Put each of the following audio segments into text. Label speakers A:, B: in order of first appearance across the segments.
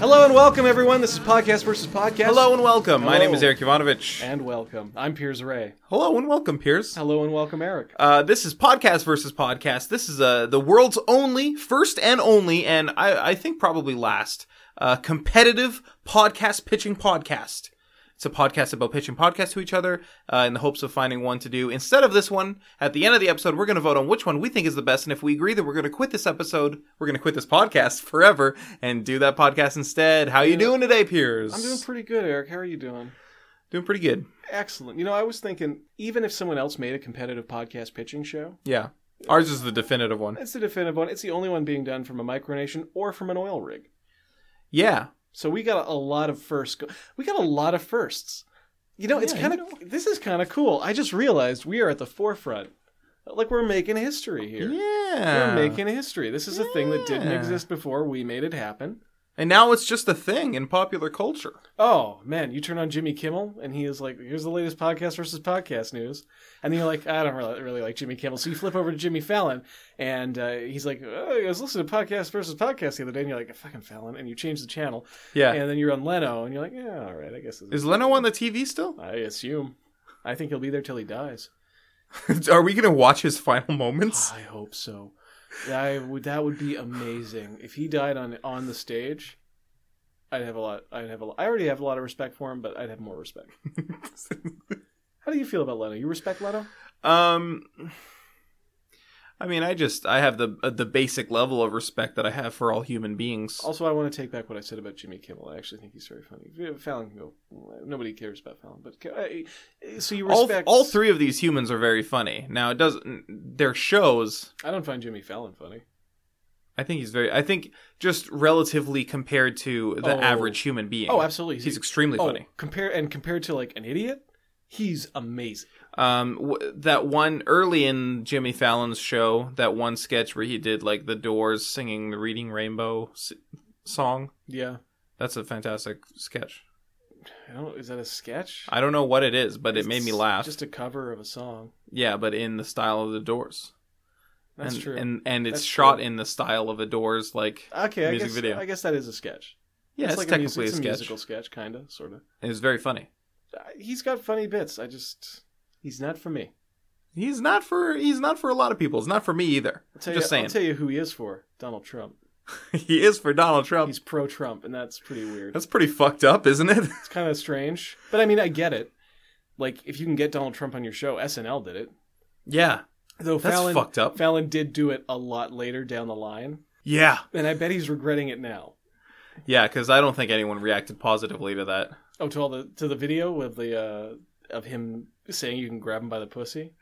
A: Hello and welcome, everyone. This is Podcast versus Podcast.
B: Hello and welcome. My
A: Hello.
B: name is Eric Ivanovich.
A: and welcome. I'm Piers Ray.
B: Hello and welcome, Piers.
A: Hello and welcome, Eric.
B: Uh, this is podcast versus podcast. This is uh, the world's only, first and only, and I, I think probably last uh, competitive podcast pitching podcast. It's a podcast about pitching podcasts to each other uh, in the hopes of finding one to do. Instead of this one, at the end of the episode, we're going to vote on which one we think is the best. And if we agree that we're going to quit this episode, we're going to quit this podcast forever and do that podcast instead. How you doing today, Piers?
A: I'm doing pretty good, Eric. How are you doing?
B: doing pretty good.
A: Excellent. You know, I was thinking, even if someone else made a competitive podcast pitching show,
B: Yeah. Ours is the definitive one.
A: it's the definitive one. It's the only one being done from a micronation or from an oil rig.
B: Yeah.
A: So we got a lot of firsts. Go- we got a lot of firsts. You know, it's
B: Yeah,
A: kind of
B: you
A: this is kind of cool. I just realized we are at the forefront. Like we're making history here.
B: Yeah.
A: We're making history. This is a thing that didn't
B: Yeah.
A: exist before. We made it happen.
B: and now it's just a thing in popular culture.
A: Oh man, you turn on Jimmy Kimmel and he is like, "Here's the latest podcast versus podcast news," and then you're like, "I don't really, really like Jimmy Kimmel." So you flip over to Jimmy Fallon and uh, he's like, oh, "I was listening to podcast versus podcast the other day," and you're like, "Fucking Fallon," and you change the channel,
B: Yeah.
A: and then you're on Leno, and you're like, "Yeah, all right, I guess." This
B: is Leno on the TV still?
A: I assume. I think he'll be there till he dies.
B: Are we going to watch his final moments?
A: I hope so. I would, that would be amazing if he died on on the stage. I'd have a lot. I'd have a. lo- I already have a lot of respect for him, but I'd have more respect. How do you feel about Leno? You respect Leno?
B: um I mean, I just I have the uh, the basic level of respect that I have for all human beings.
A: Also, I want to take back what I said about Jimmy Kimmel. I actually think he's very funny. Fallon can go. Nobody cares about Fallon, but I, so you
B: All,
A: respect
B: all three of these humans are very funny. Now, it doesn't their shows
A: I don't find Jimmy Fallon funny.
B: I think he's very I think just relatively compared to the
A: Oh.
B: average human being.
A: Oh, absolutely.
B: He's extremely
A: oh,
B: funny.
A: compare and compared to like an idiot, he's amazing.
B: um w- that one early in jimmy fallon's show that one sketch where he did like the doors singing the reading rainbow s- song
A: Yeah.
B: that's a fantastic sketch
A: I don't, is that a sketch?
B: i don't know what it is but it made me
A: It's
B: laugh
A: Just a cover of a song.
B: yeah but in the style of the doors
A: That's
B: and,
A: true.
B: and and it's
A: That's
B: shot
A: true.
B: in the style of a doors like
A: okay, I
B: music
A: guess,
B: video.
A: I guess that is a sketch.
B: yeah it's,
A: like
B: technically
A: a, music,
B: a,
A: it's a
B: sketch
A: musical sketch, kind of, sort of.
B: it was very funny
A: He's got funny bits. I just he's not for me.
B: he's not for he's not for a lot of people it's not for me either
A: I'll tell
B: just
A: you,
B: saying
A: I'll tell you who he is for. Donald Trump.
B: he is for donald trump
A: He's pro Trump, and that's pretty weird.
B: Oh. that's pretty fucked up isn't it
A: It's kind of strange, but I mean, I get it. Like, if you can get Donald Trump on your show, SNL did it.
B: yeah
A: Though
B: that's
A: Fallon,
B: fucked up
A: Fallon did do it a lot later down the line,
B: yeah
A: and I bet he's regretting it now.
B: Yeah, because I don't think anyone reacted positively to that.
A: Oh, to all the to the video of the uh, of him saying you can grab him by the pussy.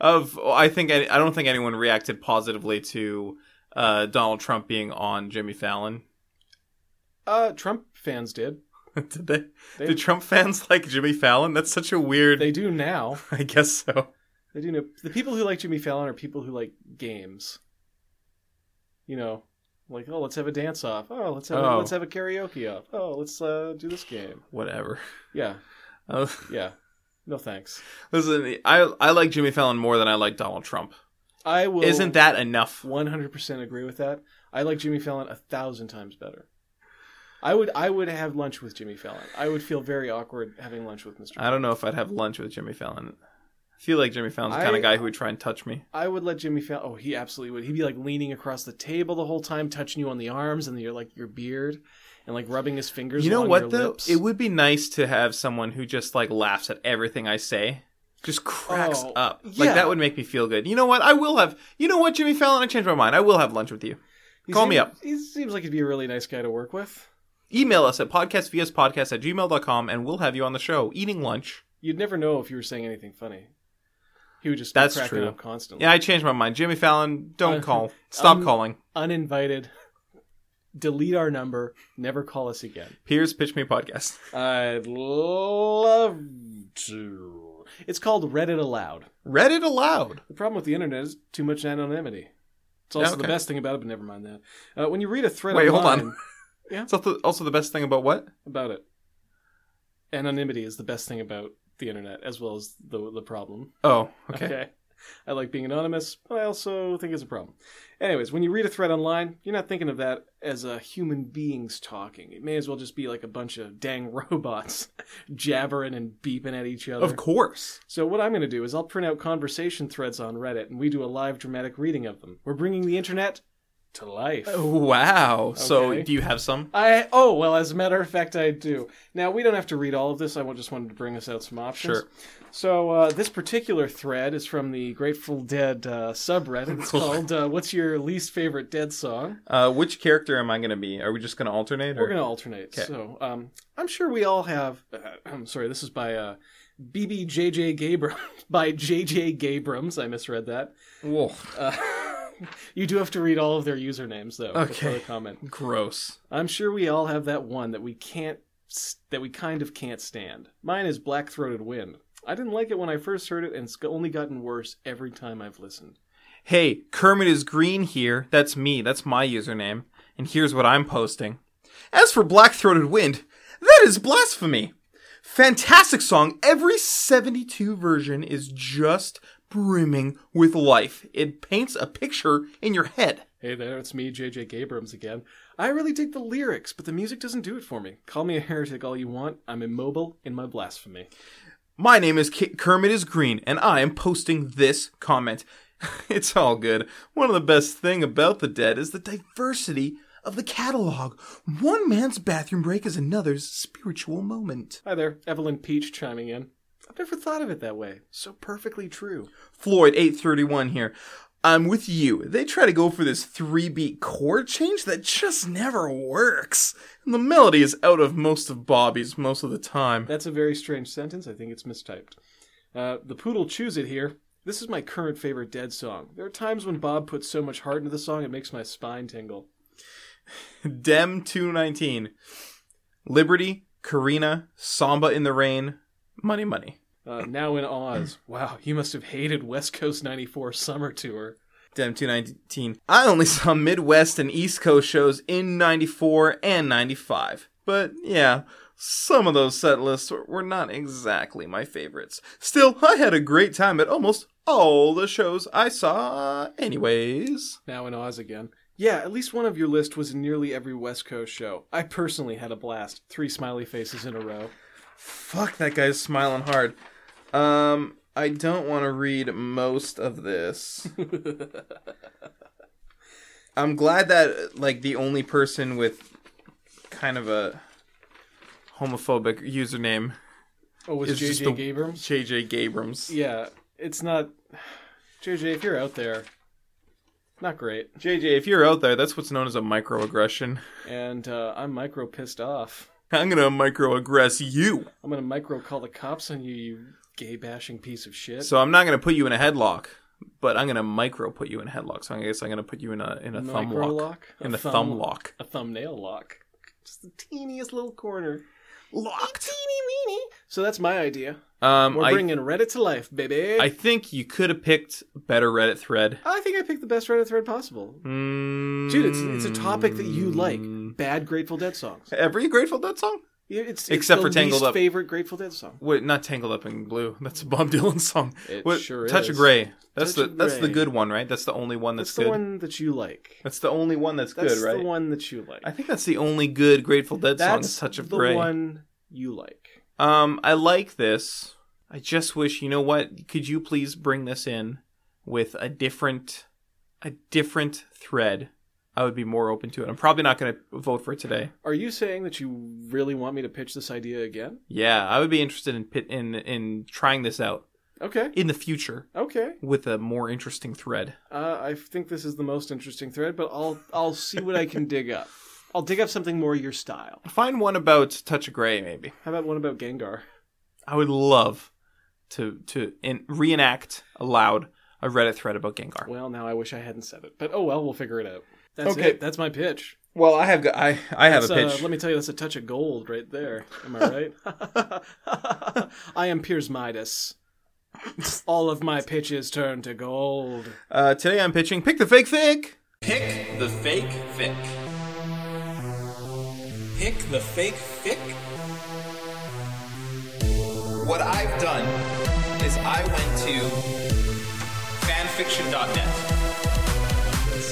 B: Of, I think I don't think anyone reacted positively to uh, Donald Trump being on Jimmy Fallon.
A: Uh, Trump fans did.
B: Did they?
A: They,
B: Did Trump fans like Jimmy Fallon? That's such a weird.
A: they do now.
B: I guess so.
A: They do know the people who like Jimmy Fallon are people who like games. You know, like oh, let's have a dance off. Oh, let's have a,
B: Oh.
A: let's have a karaoke off. Oh, let's uh, do this game.
B: Whatever.
A: Yeah,
B: Uh,
A: yeah. No thanks.
B: listen, I I like Jimmy Fallon more than I like Donald Trump.
A: I will.
B: Isn't that enough?
A: one hundred percent agree with that? I like Jimmy Fallon a thousand times better. I would I would have lunch with Jimmy Fallon. I would feel very awkward having lunch with Mr.
B: I don't know if I'd have lunch with Jimmy Fallon. I feel like Jimmy Fallon's the kind
A: I-
B: of guy who would try and touch me.
A: I would let Jimmy Fallon. Oh, he absolutely would. He'd be like leaning across the table the whole time, touching you on the arms and your like your beard, and like rubbing his fingers.
B: You know
A: along
B: what
A: your
B: though?
A: lips.
B: It would be nice to have someone who just like laughs at everything I say. Just cracks
A: Oh,
B: up. Like
A: yeah.
B: that would make me feel good. You know what? I will have You know what, Jimmy Fallon, I changed my mind. I will have lunch with you.
A: He
B: call me
A: seems-
B: up.
A: He seems like he'd be a really nice guy to work with.
B: Email us at podcastvspodcast at gmail.com and we'll have you on the show eating lunch.
A: You'd never know if you were saying anything funny. He would just be
B: That's
A: cracking
B: true.
A: up constantly.
B: Yeah, I changed my mind. Jimmy Fallon, don't
A: Uh,
B: call. Stop
A: um,
B: calling.
A: Uninvited. Delete our number. Never call us again.
B: Piers Pitch Me Podcast.
A: I'd love to. It's called Reddit Aloud.
B: Read it aloud.
A: The problem with the internet is too much anonymity. It's also the
B: Okay.
A: best thing about it, but never mind that. Uh, when you read a thread
B: Wait, hold
A: online
B: on. It's also, also the best thing about what?
A: about it, anonymity is the best thing about the internet, as well as the the problem.
B: Oh, okay.
A: I like being anonymous, but I also think it's a problem. Anyways, when you read a thread online, you're not thinking of that as a human beings talking. It may as well just be like a bunch of dang robots jabbering and beeping at each other.
B: Of course.
A: So what I'm going to do is I'll print out conversation threads on Reddit and we do a live dramatic reading of them. We're bringing the internet to life.
B: Oh. Wow. So
A: Okay.
B: do you have some?
A: I oh well, as a matter of fact, I do. Now we don't have to read all of this. I wa- just wanted to bring us out some options.
B: Sure.
A: So uh, this particular thread is from the Grateful Dead uh, subreddit. It's called uh, "What's Your Least Favorite Dead Song."
B: Uh, which character am I going to be? Are we just going to alternate? Or?
A: We're gonna alternate. So um, I'm sure we all have. uh, I'm sorry. This is by uh, BBJJ Gabrams by JJ Gabrams. I misread that.
B: Whoa.
A: Uh, you do have to read all of their usernames though. Before
B: Okay.
A: the comment.
B: Gross.
A: I'm sure we all have that one that we can't that we kind of can't stand. Mine is Black Throated Wind. I didn't like it when I first heard it, and it's only gotten worse every time I've listened.
B: Hey, Kermit is green here. That's me. That's my username. And here's what I'm posting. As for Black Throated Wind, that is blasphemy. Fantastic song. Every 72 version is just brimming with life. It paints a picture in your head.
A: Hey there, it's me, JJ Gabrams again. I really dig the lyrics, but the music doesn't do it for me. Call me a heretic all you want. I'm immobile in my blasphemy.
B: My name is K- Kermit is Green, and I am posting this comment. it's all good. One of the best thing about the dead is the diversity of the catalog. One man's bathroom break is another's spiritual moment.
A: Hi there, Evelyn Peach chiming in. I've never thought of it that way. So perfectly true.
B: Floyd eight thirty one here. I'm with you. They try to go for this three beat chord change that just never works. And the melody is out of most of Bobby's most of the time.
A: That's a very strange sentence. I think it's mistyped. Uh, the poodle chews it here. This is my current favorite Dead song. There are times when Bob puts so much heart into the song it makes my spine tingle.
B: Dem 219. Liberty, Karina, Samba in the Rain, Money Money.
A: Uh, now in Oz. Wow, you must have hated West Coast 94 summer tour.
B: Dem 219. I only saw Midwest and East Coast shows in 94 and 95. But yeah, some of those set lists were- were not exactly my favorites. Still, I had a great time at almost all the shows I saw, anyways.
A: Now in Oz again. Yeah, at least one of your list was in nearly every West Coast show. I personally had a blast. Three smiley faces in a row.
B: Fuck, that guy's smiling hard. Um, I don't want to read most of this. I'm glad that like the only person with kind of a homophobic username,
A: Oh, was
B: It's just
A: JJ
B: the-
A: Gabrams?
B: JJ Gabrams.
A: Yeah, it's not. JJ, if you're out there, not great.
B: JJ, if you're out there, that's what's known as a microaggression.
A: And uh, I'm micro pissed off.
B: I'm gonna microaggress you.
A: I'm gonna micro call the cops on you, you gay bashing piece of shit.
B: So I'm not gonna put you in a headlock, but I'm gonna micro put you in a headlock. So I guess I'm gonna put you in a in a thumb
A: Micro
B: lock. In a thumb lock.
A: a thumbnail lock, just the teeniest little corner.
B: Locked.
A: So that's my idea.
B: Um,
A: We're
B: I
A: bringing Reddit to life, baby.
B: I think you could have picked a better Reddit thread.
A: I think I picked the best Reddit thread possible,
B: Mm.
A: dude. It's it's a topic that you like. Bad Grateful Dead songs.
B: Every Grateful Dead song?
A: Yeah, It's, it's
B: Except
A: the
B: for Tangled
A: least
B: Up.
A: Favorite Grateful Dead song.
B: Wait, not Tangled Up in Blue. That's a Bob Dylan song.
A: It
B: What-
A: sure
B: Touch
A: is.
B: of Grey. That's
A: Touch
B: the
A: of
B: that's the
A: Grey.
B: good one, right? That's the only one that's,
A: That's the
B: good.
A: one that you like.
B: That's the only one that's,
A: That's
B: good, right?
A: the one that you like.
B: I think that's the only good Grateful Dead song.
A: that's
B: Is Touch of
A: the
B: Grey.
A: one you like.
B: Um, I like this. I just wish you know what? Could you please bring this in with a different, a different thread? I would be more open to it. I'm probably not going to vote for it today.
A: Are you saying that you really want me to pitch this idea again?
B: Yeah, I would be interested in pit, in in trying this out
A: Okay.
B: in the future
A: Okay.
B: with a more interesting thread.
A: Uh, I think this is the most interesting thread, but I'll I'll see what I can dig up. I'll dig up something more your style.
B: Find one about Touch of Grey, maybe.
A: How about one about Gengar?
B: I would love to to in, reenact aloud a Reddit thread about Gengar.
A: Well, now I wish I hadn't said it, but oh well, we'll figure it out. That's
B: Okay.
A: it. That's my pitch.
B: Well, I have I I have
A: That's, Uh, let me tell you, that's a touch of gold right there. Am I right? I am Piers Midas. All of my pitches turn to gold.
B: Uh, today I'm pitching Pick the Fake Fic. Pick the Fake Fic. Pick the Fake Fic. What I've done is I went to
C: fanfiction.net.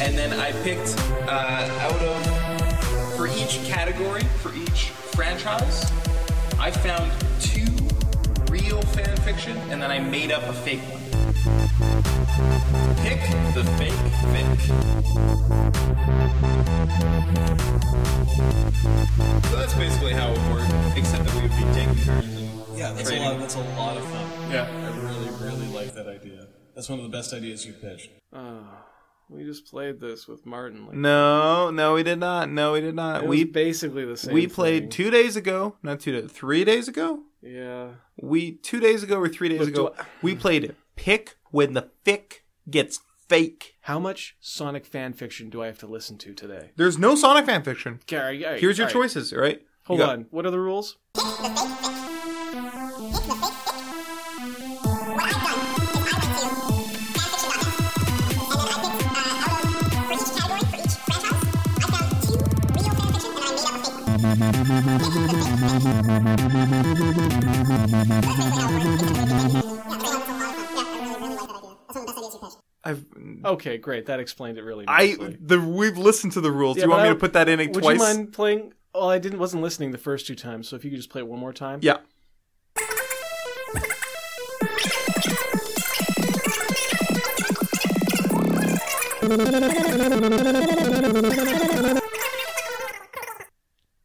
C: And then I picked uh, out of, for each category, for each franchise, I found two real fanfiction and then I made up a fake one. Pick the fake fake. So that's basically how it worked, except that we would be taking turns. and-
D: Yeah, that's
C: Trading.
D: a lot. That's a lot of fun.
A: Yeah.
D: I really, really like that idea. That's one of the best ideas you pitched.
A: We just played this with Martin. Like,
B: No, no, we did not. No, we did
A: it
B: not.
A: was
B: We
A: basically the same.
B: we played
A: thing.
B: two days ago. Not two days. Three days ago.
A: Yeah.
B: We two days ago or three days
A: Look,
B: ago.
A: do I-
B: We played pick when the fic gets fake.
A: How much Sonic fan fiction do I have to listen to today?
B: There's no Sonic fan fiction.
A: Gary, all right,
B: Here's your
A: all right.
B: choices. All right. You
A: Hold
B: got-
A: on. What are the rules?
B: I've
A: Okay, great. That explained it really.
B: I
A: nicely.
B: the we've listened to the rules.
A: Yeah,
B: Do you
A: but
B: want me
A: I-
B: to put that in it
A: Would
B: twice?
A: you mind playing? Well, I didn't. Wasn't listening the first two times. So if you could just play it one more time.
B: Yeah.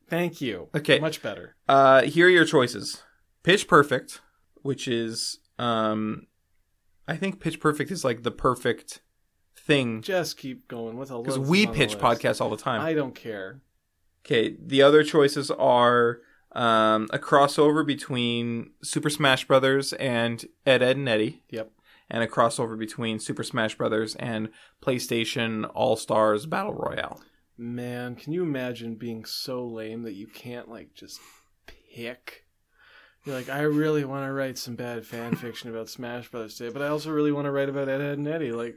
A: Thank you.
B: Okay.
A: Much better.
B: Uh, here are your choices: Pitch Perfect, which is um, I think Pitch Perfect is like the perfect thing
A: Just keep going with all.
B: because we pitch podcasts all the time.
A: I don't care.
B: Okay, the other choices are um, a crossover between Super Smash Brothers and Ed, Ed, and Eddie,
A: Yep.
B: and a crossover between Super Smash Brothers and PlayStation All Stars Battle Royale.
A: Man, can you imagine being so lame that you can't like just pick? You're like, I really want to write some bad fan fiction about Smash Brothers today, but I also really want to write about Ed, Ed, and Eddie. Like,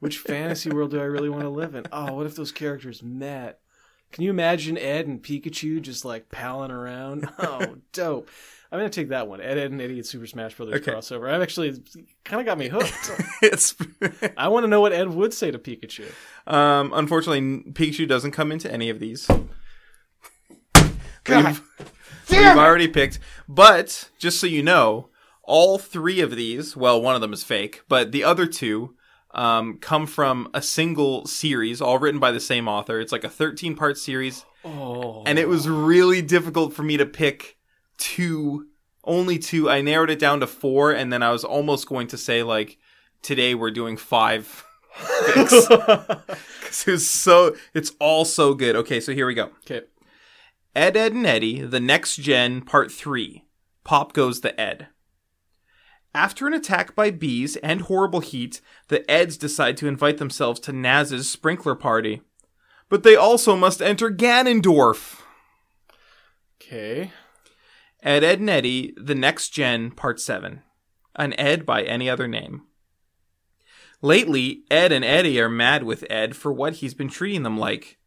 A: which fantasy world do I really want to live in? Oh, what if those characters met? Can you imagine Ed and Pikachu just like palling around? Oh, dope! I'm gonna take that one. Ed, Ed, and Eddie at Super Smash Brothers
B: Okay.
A: crossover. I've actually kind of got me hooked.
B: it's
A: I want to know what Ed would say to Pikachu.
B: um, unfortunately Pikachu doesn't come into any of these. We've, we've already picked, but just so you know, all three of these. Well, one of them is fake, but the other two um, come from a single series, all written by the same author. It's like a thirteen-part series,
A: Oh,
B: and it was really difficult for me to pick two only two i narrowed it down to four and then i was almost going to say like today we're doing five picks. 'Cause it was so it's all so good okay so here we go
A: okay.
B: ed ed and eddie the next gen part three pop goes the ed after an attack by bees and horrible heat the eds decide to invite themselves to naz's sprinkler party but they also must enter ganondorf
A: Okay.
B: Ed, Ed, and Eddie, The Next Gen, Part 7. An Ed by any other name. Lately, Ed and Eddie are mad with Ed for what he's been treating them like.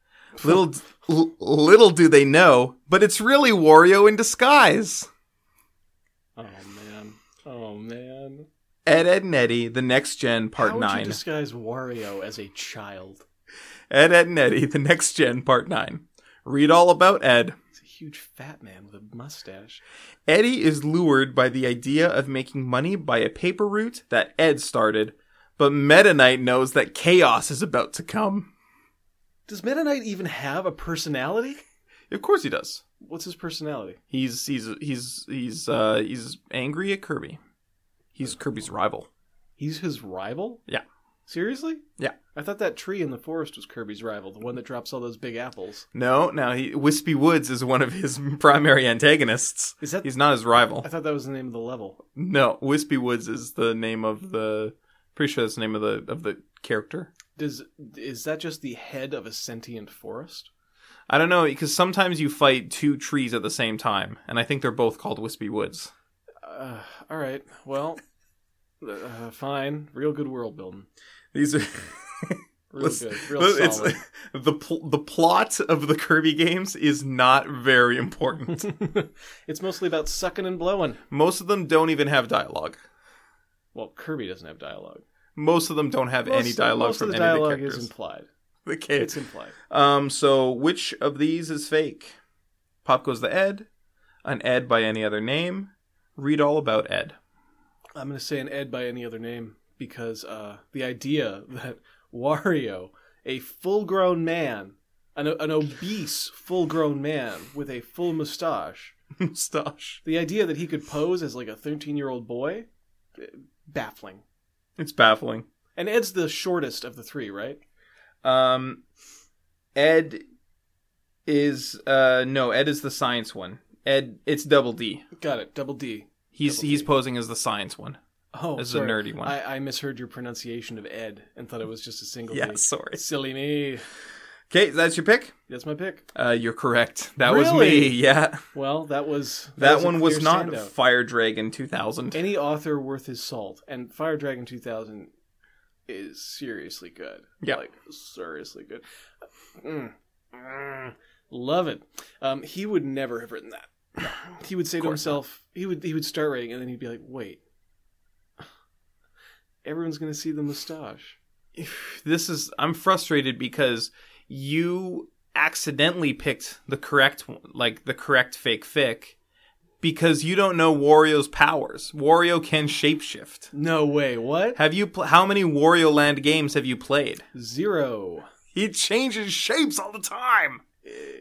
B: Little, l- little do they know, but it's really Wario in disguise.
A: Oh man. Oh man.
B: Ed, Ed, and Eddie, The Next Gen, Part
A: How would
B: 9.
A: you disguise Wario as a child?
B: Ed, Ed, and Eddie, The Next Gen, Part 9. Read all about Ed.
A: He's a huge fat man with a mustache.
B: Eddie is lured by the idea of making money by a paper route that Ed started, but Meta Knight knows that chaos is about to come.
A: Does Meta Knight even have a personality?
B: Of course he does.
A: What's his personality?
B: He's he's he's he's uh he's angry at Kirby. He's Kirby's rival.
A: He's his rival?
B: Yeah.
A: Seriously?
B: Yeah.
A: I thought that tree in the forest was Kirby's rival, the one that drops all those big apples.
B: No, no, he, Wispy Woods is one of his primary antagonists.
A: Is that
B: He's not his rival.
A: I thought that was the name of the level.
B: No, Wispy Woods is the name of the pretty sure that's the name of the of the character.
A: Does is that just the head of a sentient forest?
B: I don't know because sometimes you fight two trees at the same time, and I think they're both called Wispy Woods.
A: Uh, all right. Well, uh, fine. Real good world building.
B: These are
A: Real
B: Listen-
A: good. Real
B: it's-
A: solid.
B: the pl- the plot of the Kirby games is not very important.
A: it's mostly about sucking and blowing.
B: Most of them don't even have dialogue.
A: Well, Kirby doesn't have dialogue.
B: Most of them don't have
A: Most-
B: any dialogue
A: most
B: from
A: of the
B: any
A: dialogue
B: of the characters.
A: is implied.
B: the kids.
A: It's implied.
B: Um, so which of these is fake? Pop goes the Ed, an Ed by any other name. Read all about Ed.
A: I'm going to say an Ed by any other name because uh, the idea that Wario, a full grown man, an, an obese full grown man with a full mustache,
B: Mustache.
A: the idea that he could pose as like a 13 year old boy, eh, baffling.
B: It's baffling.
A: And Ed's the shortest of the three, right?
B: Um, Ed is uh no Ed is the science one. Ed it's double D.
A: Got it. Double D.
B: He's
A: Double D.
B: he's posing as the science one.
A: Oh,
B: This is a
A: sorry.
B: nerdy one.
A: I, I misheard your pronunciation of Ed and thought it was just a single
B: Yeah,
A: D.
B: sorry.
A: Silly me.
B: Okay, that's your pick.
A: That's my pick.
B: Uh, you're correct. That was me.
A: Really?
B: Yeah, that,
A: Well, that was a
B: one was
A: clear
B: not
A: standout.
B: Fire Dragon 2000.
A: any author worth his salt and fire dragon 2000 is seriously good
B: Yeah.
A: like seriously good Mm. Mm. love it um he would never have written that he would say to
B: course
A: himself he would he would start writing and then he'd be like wait everyone's gonna see the mustache
B: this is I'm frustrated because you accidentally picked the correct one- like the correct fake fic because you don't know Wario's powers. Wario can shapeshift.
A: no way what
B: Have you pl- how many Wario Land games have you played?
A: zero
B: He changes shapes all the time.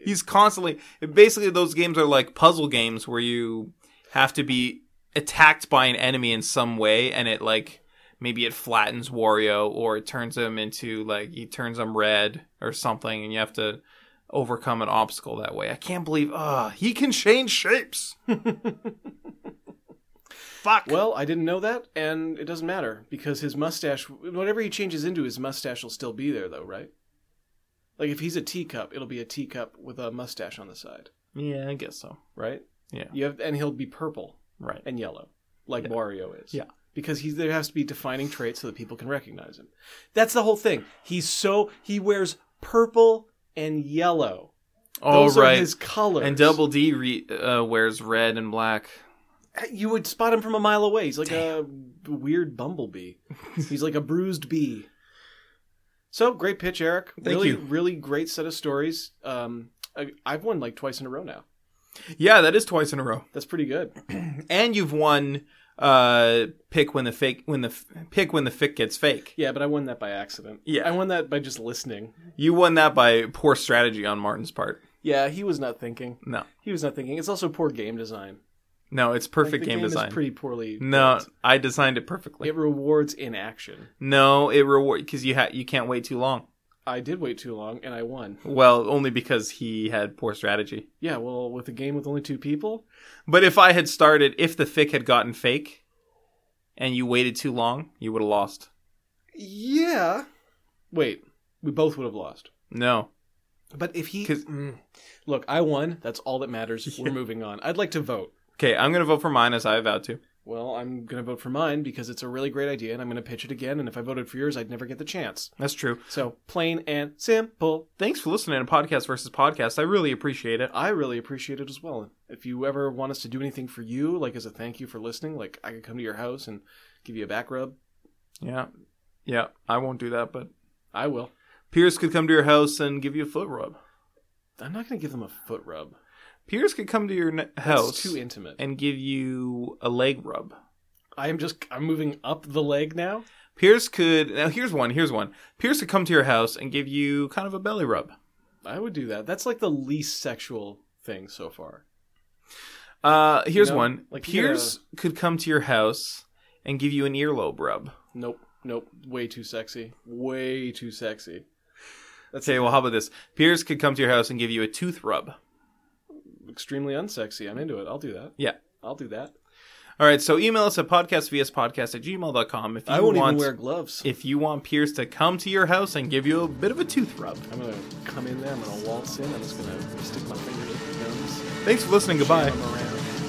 B: He's constantly basically those games are like puzzle games where you have to be attacked by an enemy in some way and it like maybe it flattens Wario or it turns him into like he turns him red or something and you have to overcome an obstacle that way. I can't believe ah he can change shapes. Fuck.
A: well i didn't know that and it doesn't matter because his mustache whatever he changes into his mustache will still be there though right like if he's a teacup it'll be a teacup with a mustache on the side
B: yeah, I guess so.
A: right?
B: Yeah.
A: You have, and he'll be purple
B: Right.
A: and yellow, like Wario is.
B: Yeah.
A: Because he's there has to be defining traits so that people can recognize him. That's the whole thing. He's so he wears purple and yellow.
B: All
A: Those are
B: Oh, right.
A: his colors.
B: And Double D re- uh, wears red and black.
A: you would spot him from a mile away. He's like a weird bumblebee. he's like a bruised bee. So great pitch, Eric.
B: Thank
A: really,
B: you.
A: really great set of stories. Um, I, I've won like twice in a row now.
B: Yeah, that is twice in a row.
A: That's pretty good.
B: And you've won uh pick when the fake when the f- pick when the fic gets fake.
A: Yeah, but I won that by accident.
B: Yeah.
A: I won that by just listening.
B: You won that by poor strategy on Martin's part.
A: Yeah, he was not thinking.
B: No.
A: He was not thinking. It's also poor game design.
B: No, it's
A: Like,
B: perfect
A: the
B: game, design.
A: is pretty poorly.
B: no,
A: built.
B: I designed it perfectly.
A: it rewards inaction.
B: no, it reward cuz you ha- you can't wait too long.
A: I did wait too long and I won.
B: Well, only because he had poor strategy.
A: Yeah, well, with a game with only two people,
B: But if I had started if the fic had gotten fake and you waited too long, you would have lost.
A: yeah. Wait, we both would have lost.
B: No.
A: But if he
B: 'Cause-
A: Mm. look, I won. That's all that matters. We're moving on. I'd like to vote.
B: Okay, I'm going to vote for mine as I vowed to.
A: Well, I'm gonna vote for mine because it's a really great idea, and I'm gonna pitch it again. And if I voted for yours, I'd never get the chance.
B: That's true.
A: So plain and simple.
B: Thanks for listening to Podcast versus Podcast. I really appreciate it.
A: I really appreciate it as well. If you ever want us to do anything for you, like as a thank you for listening, like I could come to your house and give you a back rub,
B: Yeah. Yeah, I won't do that, but
A: I will.
B: Pierce could come to your house and give you a foot rub.
A: I'm not going to give them a foot rub.
B: Pierce could come to your ne-
A: That's
B: house
A: too intimate.
B: and give you a leg rub.
A: I am just I'm moving up the leg now.
B: Pierce could now here's one, here's one. Pierce could come to your house and give you kind of a belly rub.
A: I would do that. That's like the least sexual thing so far.
B: Uh here's
A: No,
B: one.
A: like you
B: Pierce could come to your house and give you an earlobe rub.
A: Nope, nope. Way too sexy. Way too sexy.
B: Okay, well how about this? Pierce could come to your house and give you a tooth rub.
A: Extremely unsexy. I'm into it. I'll do that.
B: Yeah.
A: I'll do that.
B: All right, so email us at podcastvspodcast at gmail.com if you
A: I won't
B: want
A: even wear gloves.
B: if you want Pierce to come to your house and give you a bit of a tooth rub.
A: I'm gonna come in there. I'm gonna waltz in. I'm just gonna stick my fingers in the gums.
B: Thanks for listening. Goodbye.
A: Jam 'em around.